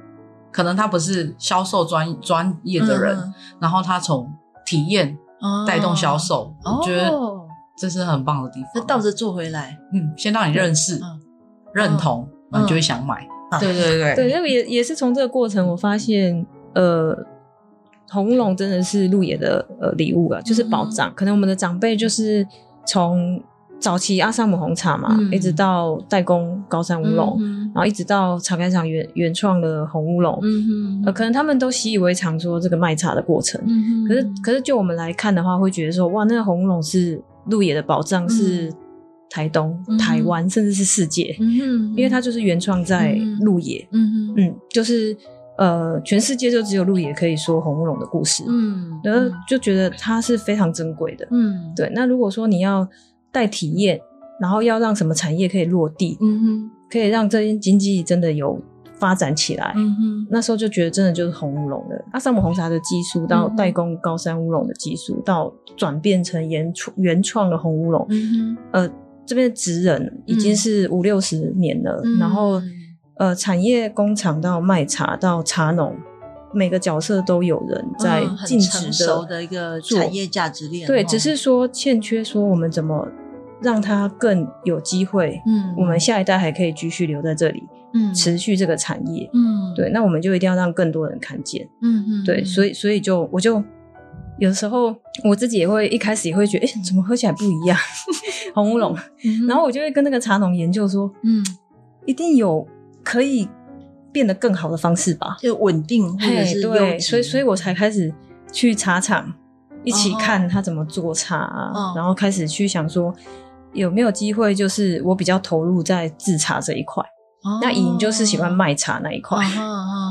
S4: 可能他不是销售专专业的人，然后他从体验
S2: 嗯
S4: 带动销，售，
S2: 哦
S4: 我觉得这是很棒的地
S2: 那
S4: 方。
S2: 倒着做回来，
S4: 嗯，先让你认识
S2: 嗯、
S4: 认同，
S2: 嗯
S4: 你就会想买。对对对
S3: 对，那个也也是从这个过程，我发现，呃，红乌龙真
S2: 嗯
S3: 的是鹿野的呃礼物啊，就是宝藏。可能我们的长辈就是从早期阿萨姆红茶嘛，
S5: 嗯
S3: 一直到代工高山乌龙，
S5: 嗯
S3: 然后一直到茶改厂原原创的红乌龙，
S2: 嗯
S5: 哼，
S3: 呃，可能他们都习以为常说这个卖茶的过程，
S5: 嗯哼，
S3: 可是可是就我们来看的话，会觉得说哇，那个红乌龙是鹿野的宝藏，是台东、
S5: 嗯
S3: 台湾，甚至是世界，
S5: 嗯哼，
S3: 因为它就是原创在
S5: 嗯
S3: 鹿野，
S5: 嗯哼，
S3: 嗯，就是呃，全世界就只有鹿野可以说红乌龙的故事，
S5: 嗯，
S3: 然后就觉得它是非常珍贵的。
S5: 嗯，
S3: 对，那如果说你要带体验，然后要让什么产业可以落地，
S5: 嗯哼，
S3: 可以让这些经济真的有发展起来，
S5: 嗯哼，
S3: 那时候就觉得真的就是红乌龙的阿萨姆红茶的技术，到
S5: 嗯哼
S3: 代工高山乌龙的技术，到转变成原创原创的红乌龙，
S5: 嗯
S3: 呃，这边的职人已经是五六十年了，
S5: 嗯
S3: 然后呃，产业工厂到卖茶到茶农，每个角色都有人在
S5: 嗯很
S3: 尽
S5: 成
S3: 职
S5: 熟
S3: 的
S5: 的一个
S3: 做
S2: 产业价值链哦，
S3: 对，只是说欠缺说我们怎么让它更有机会，
S5: 嗯，
S3: 我们下一代还可以继续留在这里，
S5: 嗯
S3: 持续这个产业。
S5: 嗯
S3: 对，那我们就一定要让更多人看见。
S5: 嗯嗯
S3: 对，所
S5: 以
S3: 以所以就我就有时候我自己也会一开始也会觉得，哎、怎么喝起来不一样？ 红乌龙，
S2: 嗯
S3: 然后我就会跟那个茶农研究说，
S5: 嗯
S3: 一定有可以变得更好的方式吧？
S2: 就稳定或者
S3: 嘿，
S2: 是
S3: 对，所以所以
S2: 我
S3: 我才开始去茶厂一起
S5: 哦
S3: 看他怎么做茶、啊
S5: 嗯
S3: 然后开始去想说。有没有机会？就是我比较投入在制茶这一块，
S5: 哦
S2: 哦
S3: 那莹就是喜欢卖茶那一块，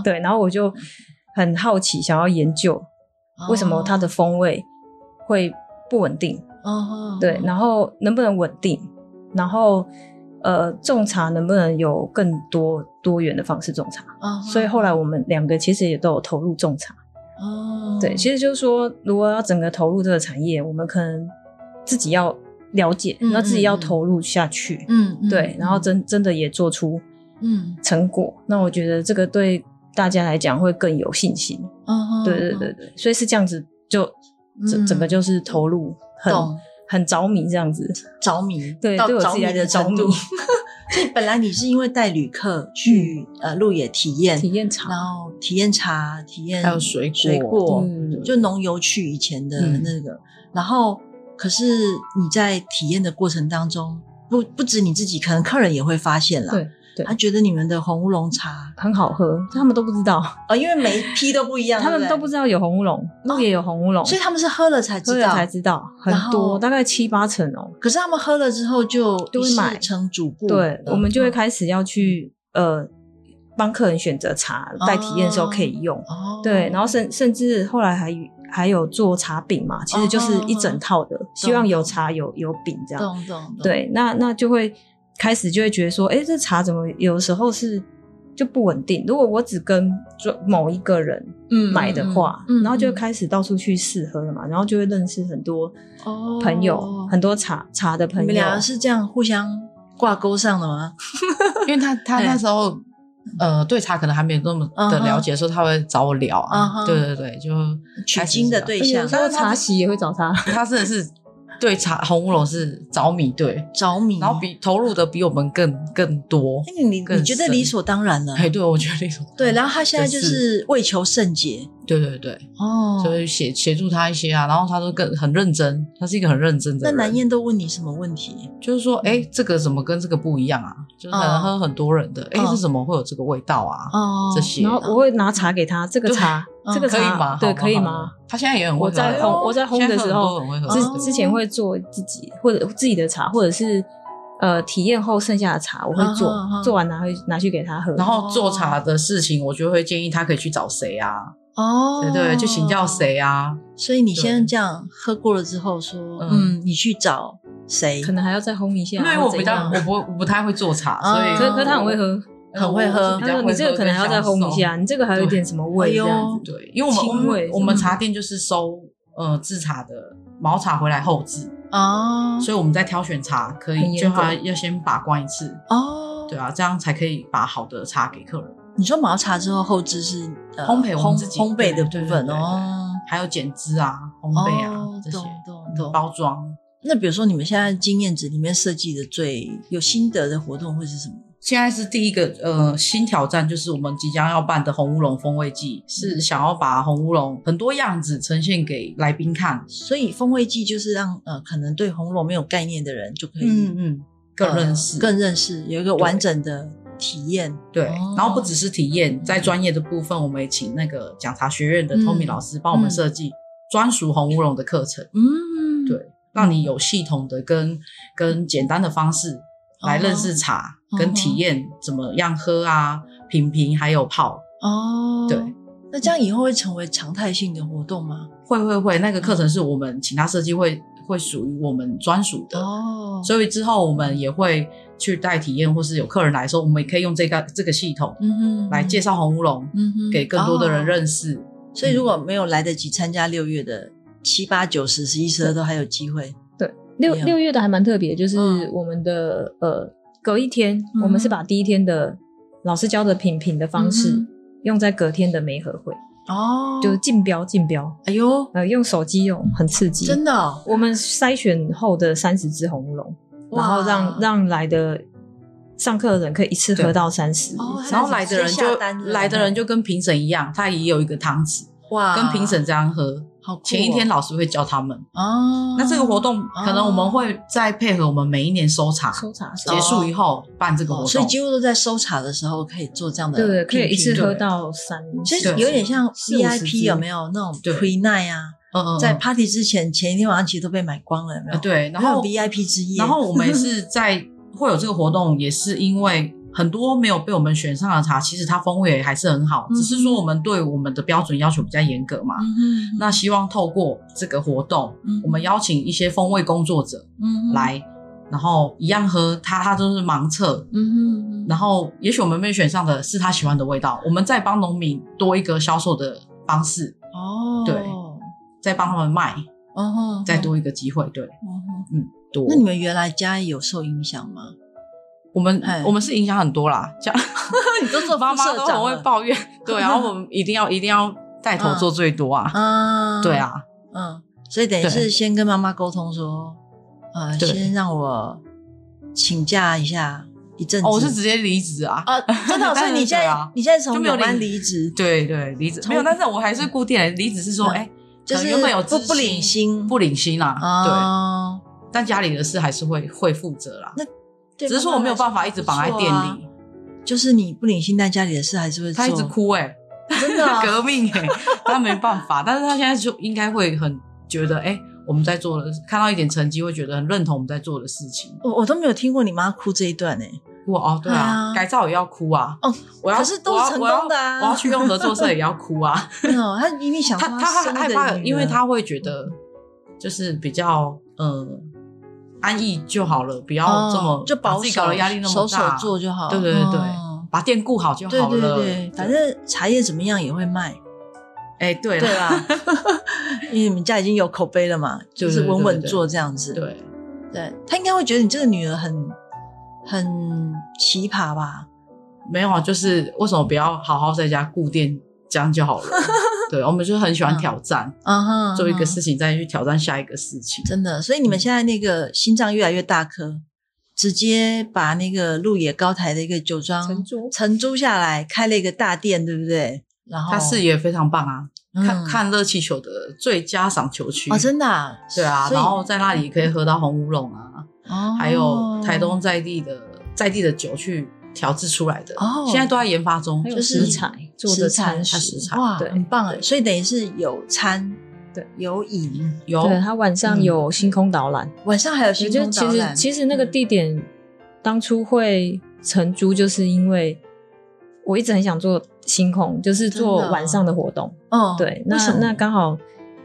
S5: 对，
S3: 对。然后我就很好奇，想要研究，为什么
S2: 哦
S3: 它的风味会不稳定？
S5: 哦
S3: 对，然后能不能稳定？然后呃，种茶能不能有更多多元的方式种茶？
S2: 哦
S3: 所以后来我们两个其实也都有投入种茶。
S5: 哦
S3: 对，其实就是说，如果要整个投入这个产业，我们可能自己要了解，
S5: 嗯
S3: 那自己要
S5: 嗯嗯
S3: 投入下去。
S5: 嗯
S3: 对，然后真真的也做出
S5: 嗯
S3: 成果，那我觉得这个对大家来讲会更有信心。
S5: 哦
S3: 对对对对，所以是这样子，就整、
S5: 嗯
S3: 整个就是投入很
S2: 懂
S3: 很着迷这样子。
S2: 着迷，
S3: 对
S2: 到
S3: 对我
S2: 着
S3: 自己
S2: 迷
S3: 来
S2: 的
S3: 讲着
S2: 程
S3: 迷
S2: 度。 所以本来你是因为带旅客去呃鹿野体验，
S3: 嗯体验茶
S2: 然后体验茶，体验
S4: 还有水果
S2: 水果，
S3: 嗯
S2: 就农游去以前的
S4: 嗯
S2: 那个。然后，可是你在体验的过程当中，不不止你自己，可能客人也会发现啦。
S3: 对对
S2: 他觉得你们的红乌龙茶，
S3: 很好喝，他们都不知道，
S2: 呃，因为每一批都不一样，
S3: 他们
S2: 对
S3: 都
S2: 不
S3: 不
S2: 对
S3: 知道有红乌龙，鹿也有红乌龙，
S2: 所以他们是喝了才
S3: 喝
S2: 知
S3: 了
S2: 道
S3: 才。知道很
S2: 然后嗯
S3: 多，大概七八成哦。
S2: 可是他们喝了之后就
S3: 就会
S2: 一试
S3: 买
S2: 成主顾了，
S3: 对，我们就会开始要去呃帮客人选择茶，在体验的时候可以用。
S2: 哦，
S3: 对，然后甚甚至后来还还有做茶饼嘛，其实
S2: 哦
S3: 就是一整套的，希望有茶有有饼这样。
S5: 懂懂懂
S2: 嗯
S3: 对，那那就会开始就会觉得说，哎，这茶怎么有时候是就不稳定？如果我只跟专某一个人
S5: 嗯
S3: 买的话，
S5: 嗯嗯嗯
S3: 然后就会开始到处去试喝了嘛，然后就会认识很多
S5: 哦
S3: 朋友，很多茶茶的
S2: 你
S3: 朋
S2: 们
S3: 友。
S2: 俩是这样互相挂钩上的吗？
S4: 因为他他那时候呃对茶可能还没有那么的了解，所以他会找我聊
S2: 嗯
S4: 啊，
S2: 哼
S4: 对对对，就
S2: 取经的 对
S3: 而且
S2: 象
S3: 有时候茶席也会找他，
S4: 啊他真的是对茶红乌龙是着迷，对，
S2: 着迷，
S4: 然后比投入的比我们更更多，
S2: 哎，你你
S4: 更
S2: 觉得
S4: 深
S2: 理所当然了，
S4: 哎，对我觉得那种
S2: 对，然后他现在就
S4: 就是
S2: 为求甚解
S4: 对对对，
S2: 哦。
S4: 所以协协助他一些啊，然后他都更很认真，他是一个很认真的
S2: 那
S4: 人。
S2: 南燕都问你什么问题？
S4: 就是说，哎、这个怎么跟这个不一样啊？就是可能喝很多人的，哎、
S2: 嗯
S4: 这怎么会有这个味道啊？
S5: 哦
S4: 这些，
S3: 然后我会拿茶给他，这个茶
S5: 嗯，
S3: 这个
S4: 可以吗
S3: 茶，？对，
S4: 好吗
S3: 可以？
S4: 好
S3: 吗
S4: 吗？他现在也很会
S3: 我
S4: 喝啊
S3: 在烘我在烘的时候
S4: 现在很多人会喝
S5: 哦
S3: 之之前会做自己或者自己的茶，或者是呃体验后剩下的茶，我会做，
S5: 嗯哼嗯哼
S3: 做完拿回拿去给他喝。
S4: 啊然后做茶的事情，我就会建议他可以去找谁啊？
S5: 哦
S4: 对对，去请教谁啊？
S2: 所以你先
S4: 对
S2: 这样喝过了之后说，
S4: 嗯
S2: 嗯，你去找谁？
S3: 可能还要再烘一下，
S4: 因为我比
S3: 怎
S4: 较
S3: 样
S4: 我不我不太会做茶，
S2: 嗯
S4: 所以呃
S3: 可可是他哦很会喝，
S2: 很会喝
S3: 他
S4: 我是比较
S3: 说
S4: 会喝
S3: 你这个可能还要再烘一下，你这个还有一点什么味
S2: 哎呦
S3: 这样子。
S4: 对，因为我们
S3: 轻
S4: 我
S3: 微
S4: 们我们茶店就是收呃制茶的毛茶回来后制，
S5: 哦
S4: 所以我们在挑选茶可
S3: 很
S4: 以
S3: 严
S4: 就
S3: 格
S4: 要要先把关一次，
S5: 哦
S4: 对啊，这样才可以把好的茶给客人，
S2: 你说毛茶之后后置是呃
S4: 烘焙我
S2: 烘
S4: 们自己
S2: 烘焙的
S4: 对对
S2: 部分
S4: 对对
S2: 哦。
S4: 还有减脂啊、烘焙啊
S5: 哦
S4: 这些
S5: 懂懂懂
S4: 包装。
S2: 那比如说你们现在经验值里面设计的最有心得的活动会是什么？
S4: 现在是第一个呃新挑战，就是我们即将要办的红乌龙风味季，是想要把红乌龙很多样子呈现给来宾看。
S2: 所以风味剂就是让呃，可能对红楼没有概念的人就可以、
S4: 嗯，更认识，
S2: 呃更认识，有一个完整的体验。
S4: 对
S5: 哦。
S4: 然后不只是体验，在专业的部分，我们也请那个讲茶学院的 Tommy
S5: 嗯
S4: 老师帮我们设计专属红乌龙的课程，
S5: 嗯，
S4: 对让你有系统的跟跟简单的方式来认识茶，
S5: 哦
S4: 跟体验怎么样喝啊、品评还有泡。
S5: 哦，
S4: 对
S2: 那这样以后会成为常态性的活动吗？
S4: 会会会，那个课
S2: 嗯
S4: 程是我们请他设计会会属于我们专属的，
S5: 哦，
S4: 所以之后我们也会去带体验，或是有客人来的时候，我们也可以用这个这个系统
S5: 嗯哼，
S4: 来介绍红乌龙，
S5: 嗯哼，
S4: 给更多的
S2: 哦
S4: 人认识。
S2: 所以如果没有来得及参加六月的七八九十十一十二都还有机会。
S3: 六
S2: 没有
S3: 六月的还蛮特别，就是
S5: 嗯
S3: 我们的、呃，隔一天、
S5: 嗯
S3: 我们是把第一天的老师教的品评的方式、
S5: 嗯
S3: 用在隔天的媒合会，
S4: 嗯
S5: 哦，
S3: 就是竞标竞标，
S2: 哎呦，
S3: 呃，用手机用很刺激。
S2: 真的、
S4: 嗯
S2: 哦，
S3: 我们筛选后的三十只红乌龙，然后让让来的上课的人可以一次喝
S4: 对
S3: 到三十、
S5: 哦他
S4: 然后来的人
S2: 直接
S4: 就
S2: 下单嗯了
S4: 来的人就跟评审一样，他也有一个汤匙，
S2: 哇，
S4: 跟评审这样喝。
S5: 好酷哦
S4: 前一天老师会教他们。
S5: 哦，
S4: 那这个活动可能我们会再配合我们每一年收场
S3: 抽查
S4: 结束以后办这个活
S2: 哦
S4: 动，
S2: 所以几乎都在收茶的时候可以做这样的
S3: 对
S2: 品评，
S3: 对，可以一次
S4: 对
S3: 喝到三
S2: 其
S3: 十，
S2: 实
S4: 对
S2: 有点像
S4: 四五十支
S2: VIP 有没有那种
S4: 对
S2: pre night 啊，
S4: 嗯嗯嗯
S2: 在 party 之前前一天晚上其实都被买光了，有没
S4: 啊
S2: 有？，
S4: 对，然
S2: 还有
S4: 后
S2: VIP 之夜，
S4: 然后我们 也是在会有这个活动，也是因为很多没有被我们选上的茶，其实它风味还是很好，
S5: 嗯
S4: 只是说我们对我们的标准要求比较严格嘛。
S5: 嗯哼，
S4: 那希望透过这个活动，
S5: 嗯
S4: 我们邀请一些风味工作者
S5: 嗯哼，
S4: 来，然后一样喝它，它都是盲测。
S5: 嗯哼，嗯哼，
S4: 然后，也许我们被选上的是他喜欢的味道，我们再帮农民多一个销售的方式，
S5: 哦，
S2: 嗯
S4: 对再帮他们卖，
S5: 嗯哼，
S4: 再多一个机会。对，
S5: 嗯哼，
S4: 多。
S2: 那你们原来家里有受影响吗？
S4: 我们
S2: 哎
S4: 我们是影响很多啦， 这样你都做妈妈
S2: 副社
S4: 都
S2: 长
S4: 很会
S2: 了
S4: 抱 怨，对，然后我们一定要一定要带头做最多啊，
S2: 啊，
S4: 对，啊，
S2: 嗯，所以等于是
S4: 对
S2: 先跟妈妈沟通说，呃，
S4: 对
S2: 先让我请假一下一阵子。
S4: 哦，我是直接离职啊，
S2: 啊，真 的哦，所以你现
S4: 对
S2: 在
S4: 啊
S2: 你现在从
S4: 就没有
S2: 永安
S4: 领
S2: 离职，
S4: 对对，离职
S2: 从
S4: 没有，但是我还是固定的离职是说，
S2: 嗯
S4: 哎，
S2: 就
S4: 可能
S2: 是
S4: 原本有
S2: 不
S4: 知
S2: 不领薪，
S4: 不领薪啦，
S2: 哦，
S4: 对，但家里的事还是会会负责啦，
S2: 那对
S4: 只是说我没有办法一直绑在店，
S2: 妈妈来说不
S4: 里
S2: 错，啊就是你不领薪，但家里的事还是会做，
S4: 他一直哭哎，
S2: 真的啊
S4: 革命哎，他没办法，但是他现在就应该会很觉得哎。我们在做的，看到一点成绩，会觉得很认同我们在做的事情。
S2: 我我都没有听过你妈哭这一段呢、
S4: 哭哦，对
S2: 对
S4: 啊，
S2: 啊
S4: 改造也要哭啊。
S2: 哦，
S4: 我要
S2: 可是都是成功的啊
S4: 我要我要我要去用合作社也要哭啊。
S2: 没有，哦她一定 想
S4: 他
S2: 说
S4: 他
S2: 生
S4: 很
S2: 的
S4: 害怕，
S2: 女儿
S4: 因为他会觉得就是比较嗯安逸就好了，不要这么
S2: 哦就
S4: 把
S2: 保
S4: 自
S2: 守，
S4: 己搞的压力那么
S2: 手手
S4: 大。
S2: 做就好，
S4: 对对对
S2: 哦
S4: 把店顾好就
S2: 对
S4: 好
S2: 对
S4: 了。
S2: 对，反正茶叶怎么样也会 卖，
S4: 哎，对
S2: 对
S4: 了，
S2: 啦，因为你们家已经有口碑了嘛，就是
S4: 对对
S2: 稳稳
S4: 对对
S2: 做这样子。
S4: 对，
S2: 对，他应该会觉得你这个女儿很很奇葩吧？
S4: 没有啊，就是为什么不要好好在家顾店，这样就好 了。对，我们就很喜欢挑战，
S2: 嗯哼，
S4: 做一个
S2: 嗯哼
S4: 事情再去挑战下一个事情。
S2: 真的，所以你
S3: 嗯
S2: 们现在那个心脏越来越大颗，直接把那个鹿野高台的一个酒庄
S3: 承租
S2: 承租下来，开了一个大店，对不对？然后
S4: 他视野非常棒啊，看
S2: 嗯
S4: 看热气球的最佳赏球区
S2: 哦，真的、啊，
S4: 对啊，
S2: 所以
S4: 然后在那里可以喝到红乌龙啊，
S2: 哦
S4: 还有台东在地的在地的酒去调制出来的，
S2: 哦
S4: 现在都在研发中，
S3: 还有
S2: 就是
S3: 食材做的
S2: 食材
S3: 餐
S4: 它
S3: 食
S4: 食材
S2: 哇，
S3: 对
S2: 很棒哎！
S3: 对
S2: 所以等于是有餐，
S3: 对，
S2: 有饮，
S4: 有
S3: 对，他晚上
S4: 嗯
S3: 有星空导览，
S2: 晚上还有
S3: 也
S2: 嗯星
S3: 就
S2: 空
S3: 其
S2: 导
S3: 实
S2: 览。
S3: 其实那个地点当初会承租，就是因为我一直很想做星空，就是做
S2: 真的哦
S3: 晚上的活动。
S2: 哦，
S3: 对，那
S2: 为什么
S3: 那刚好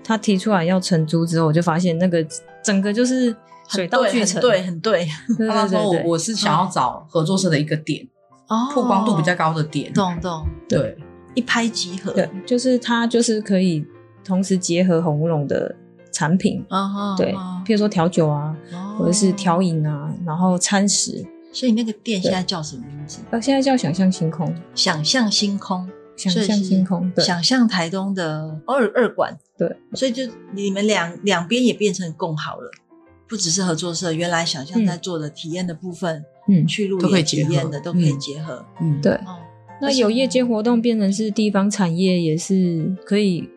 S3: 他提出来要承租之后，我就发现那个整个就是
S2: 很
S3: 水到
S2: 对
S3: 渠成，
S2: 很对，很 对
S3: 对
S4: 他那
S3: 对
S4: 时
S3: 对
S4: 候我
S3: 对，
S4: 我是想要找合作社的一个点，
S2: 哦
S4: 曝光度比较，高的点，
S2: 懂懂，
S4: 对，
S2: 一拍即合，
S3: 对，就是它就是可以同时结合红乌龙的产品，
S2: 嗯哼，
S3: 对
S2: 嗯，
S3: 譬如说调酒啊，
S2: 哼
S3: 或者是。调
S2: 哦
S3: 饮啊，然后餐食，
S2: 所以那个店现在叫什么名字？
S3: 呃，现在叫想象星空，
S2: 想象星空，
S3: 想
S2: 所以
S3: 象
S2: 是
S3: 星空，对
S2: 想象台东的二二馆，
S3: 对，
S2: 所以就你们两两边也变成共好了，不只是合作社，原来想象在做的体验的部分，
S3: 嗯
S2: 去露
S4: 都可以
S2: 营
S4: 结
S2: 体
S4: 合
S2: 验的都可以
S4: 嗯
S2: 结合。
S4: 嗯，
S3: 对。
S5: 哦
S3: 那有夜间活动变成是地方产业，也是可以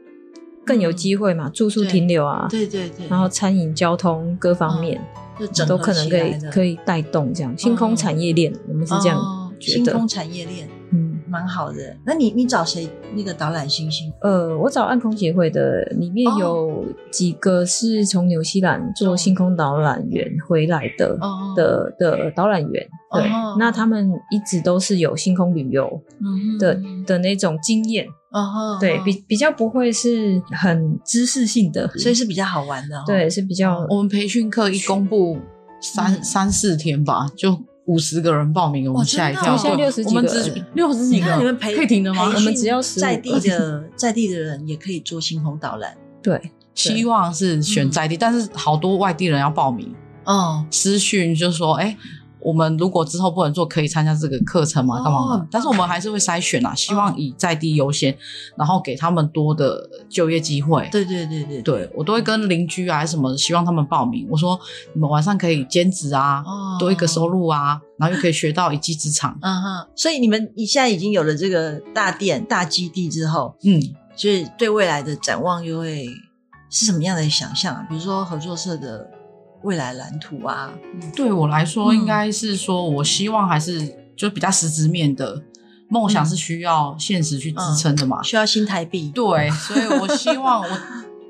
S3: 更有机会嘛，住宿
S5: 对
S3: 停留啊，
S5: 对对对，
S3: 然后餐饮、交通各方面
S5: 就整
S3: 都
S5: 合
S3: 可能可以
S5: 起来的
S3: 可以带动这样星空产业链，我们是这样
S5: 哦
S3: 觉
S2: 星
S3: 得
S2: 空。产业链
S3: 嗯，
S2: 蛮好的。那你你找谁那个导览星星？
S3: 呃，我找暗空协会的里面
S5: 哦
S3: 有几个是从纽西兰做
S5: 哦
S3: 星空导览员回来的
S5: 哦
S3: 的的导览员，对
S5: 哦，
S3: 那他们一直都是有星空旅游
S5: 嗯
S3: 的
S5: 嗯
S3: 的那种经验，
S5: 哦
S3: 对
S5: 哦
S3: 比比较不会是很知识性的，
S2: 所以是比较好玩的、哦。
S3: 对是比较
S4: 我们培训课一公布三、三四天吧，就五十个人报名，我们
S2: 嗯真
S4: 吓一
S2: 的
S4: 跳，
S2: 哦现在
S4: 对
S3: 60几
S4: 我们
S3: 个
S4: 只
S3: 人
S4: 六十几个，
S2: 那你们培
S4: 可以哦停的吗？
S2: 培
S4: 我
S2: 训
S4: 们
S3: 们只要15
S2: 在地的 在地的人也可以做星空导览，
S3: 对
S4: 希望是
S2: 嗯
S4: 选在地，但是好多外地人要报名，
S5: 哦
S4: 私讯就说，哎、我们如果之后不能做，可以参加这个课程嘛？
S2: 哦
S4: 干嘛
S2: 很
S4: 嘛
S2: 棒？
S4: 但是我们还是会筛选啊，希望以在地优先，然后给他们多的就业机会。
S2: 对对对对
S4: 对我都会跟邻居啊还是什么，希望他们报名。我说你们晚上可以兼职啊，
S5: 哦
S4: 多一个收，入啊，然后又可以学到一技之长。
S5: 嗯哼，
S2: 所以你们你现在已经有了这个大店大基地之后，
S4: 嗯，
S2: 所以对未来的展望又会是什么样的想象、啊？比如说合作社的未来蓝图啊，
S4: 对我来说，
S5: 嗯
S4: 应该是说我希望还是就比较实质面的梦想是需要现实去支撑的嘛。
S2: 需要新台币。
S4: 对，所以 我希望我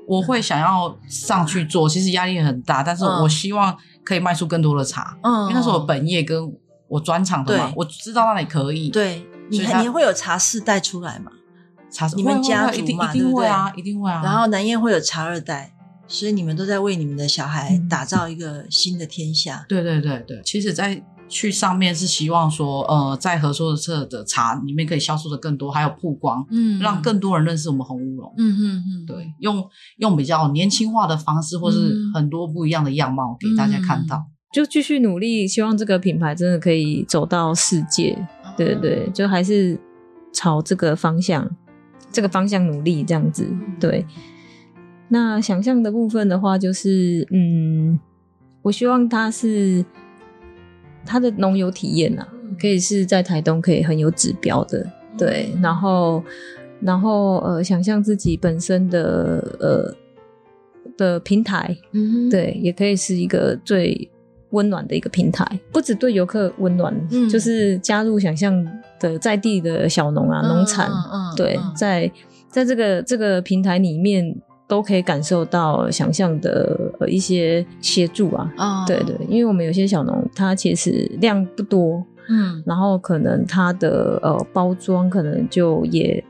S4: 我会想要上去做，其实压力很大，但是
S2: 嗯
S4: 我希望可以卖出更多的茶，
S2: 嗯
S4: 因为那是我本业跟我专长的嘛
S2: 对，
S4: 我知道那里可以。，
S2: 对，你
S4: 所以它
S2: 你会有茶世代出来嘛？
S4: 茶
S2: 你们
S4: 会会
S2: 家
S4: 会
S2: 族
S4: 一定
S2: 嘛
S4: 一定会啊
S2: 对，
S4: 一定会啊。
S2: 然后南燕会有茶二代，所以你们都在为你们的小孩
S3: 嗯
S2: 打造一个新的天下。
S4: 对对对对，其实，在去上面是希望说，呃，在合作社的茶里面可以销售的更多，还有曝光，
S5: 嗯，
S4: 让更多人认识我们红乌龙。
S5: 嗯嗯嗯，
S4: 对，用用比较年轻化的方式，或是
S5: 嗯
S4: 很多不一样的样貌给大家看到。
S3: 就继续努力，希望这个品牌真的可以走到世界。
S2: 嗯
S5: 哦
S3: 对对对，就还是朝这个方向，这个方向努力这样子
S5: 嗯。
S3: 对，那想象的部分的话，就是嗯，我希望它是它的农游体验啊，可以是在台东可以很有指标的。对，
S2: 嗯
S3: 然后然后呃，想象自己本身的呃的平台，
S5: 嗯，
S3: 对，也可以是一个最温暖的一个平台，不只对游客温暖，
S5: 嗯
S3: 就是加入想象的在地的小农啊、
S5: 嗯
S3: 农产，
S5: 嗯
S3: 对，在在这个这个平台里面都可以感受到想象的呃一些协助啊。
S5: 哦
S3: 对对，，因为我们有些小农，他其实量不多，
S5: 嗯
S3: 然后可能它的呃包装可能就也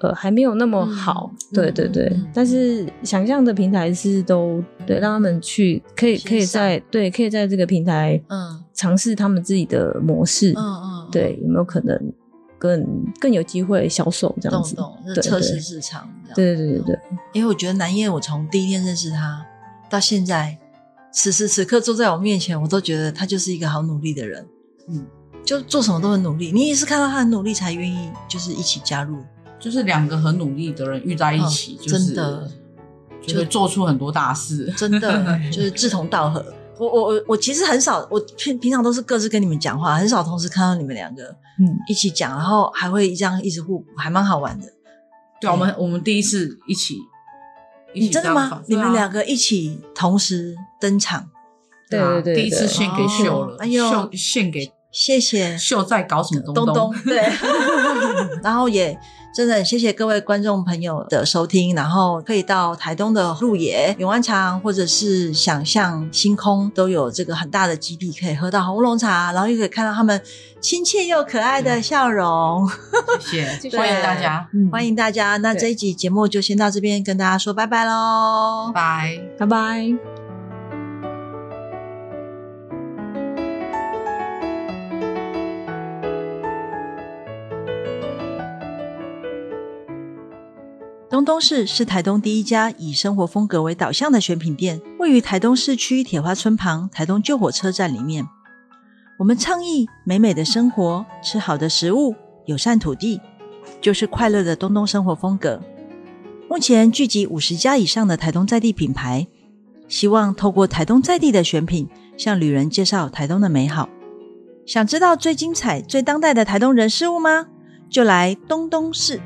S3: 呃还没有那么好，
S5: 嗯
S3: 对对对。
S5: 嗯嗯
S3: 但是想象的平台是都对，让他们去可以
S5: 欣赏
S3: 可以在对可以在这个平台
S5: 嗯
S3: 尝试他们自己的模式，
S5: 嗯嗯，
S3: 对有没有可能更更有机会销售这样
S2: 懂
S3: 子？
S2: 懂，
S3: 对
S2: 这测
S3: 对
S2: 试市场。这样
S3: 对对对对对，
S2: 因为我觉得南燕，我从第一天认识他到现在，此时此刻坐在我面前，我都觉得他就是一个好努力的人。嗯，就做什么都很努力。你也是看到他很努力，才愿意就是一起加入。
S4: 就是两个很努力的人遇在一
S2: 嗯
S4: 起，就是
S2: 真的
S4: 就会做出很多大事。
S2: 真 的就是志同道合。我我我我其实很少，我平平常都是各自跟你们讲话，很少同时看到你们两个
S3: 嗯，
S2: 一起讲，然后还会这样一直互补，还蛮好玩的。
S4: 对啊，我们我们第一次一起，一
S2: 你
S4: 起
S2: 真的
S4: 这样
S2: 吗
S4: 访？
S2: 你们
S4: 对啊
S2: 两个一起同时登场，
S3: 对
S4: 啊
S3: 对对对
S4: 第一次献给秀
S5: 哦
S4: 了，
S2: 哎呦
S4: 秀献给
S2: 谢谢
S4: 秀在搞什么东
S2: 东 东，对，然后也真的很谢谢各位观众朋友的收听，然后可以到台东的鹿野、永安茶行或者是想象星空都有这个很大的基地，可以喝到红乌龙茶，然后又可以看到他们亲切又可爱的笑容。
S4: 谢
S3: 谢
S4: 谢，
S3: 谢
S4: 欢迎大家，
S3: 嗯
S2: 欢迎大家，那
S3: 对
S2: 这一集节目就先到这边，跟大家说拜拜喽，
S4: 拜。
S3: 拜拜。
S2: 东东市是台东第一家以生活风格为导向的选品店，位于台东市区铁花村旁台东旧火车站里面。我们倡议美美的生活，吃好的食物，友善土地，就是快乐的东东生活风格。目前聚集五十家以上的台东在地品牌，希望透过台东在地的选品，向旅人介绍台东的美好。想知道最精彩、最当代的台东人事物吗？就来东东市。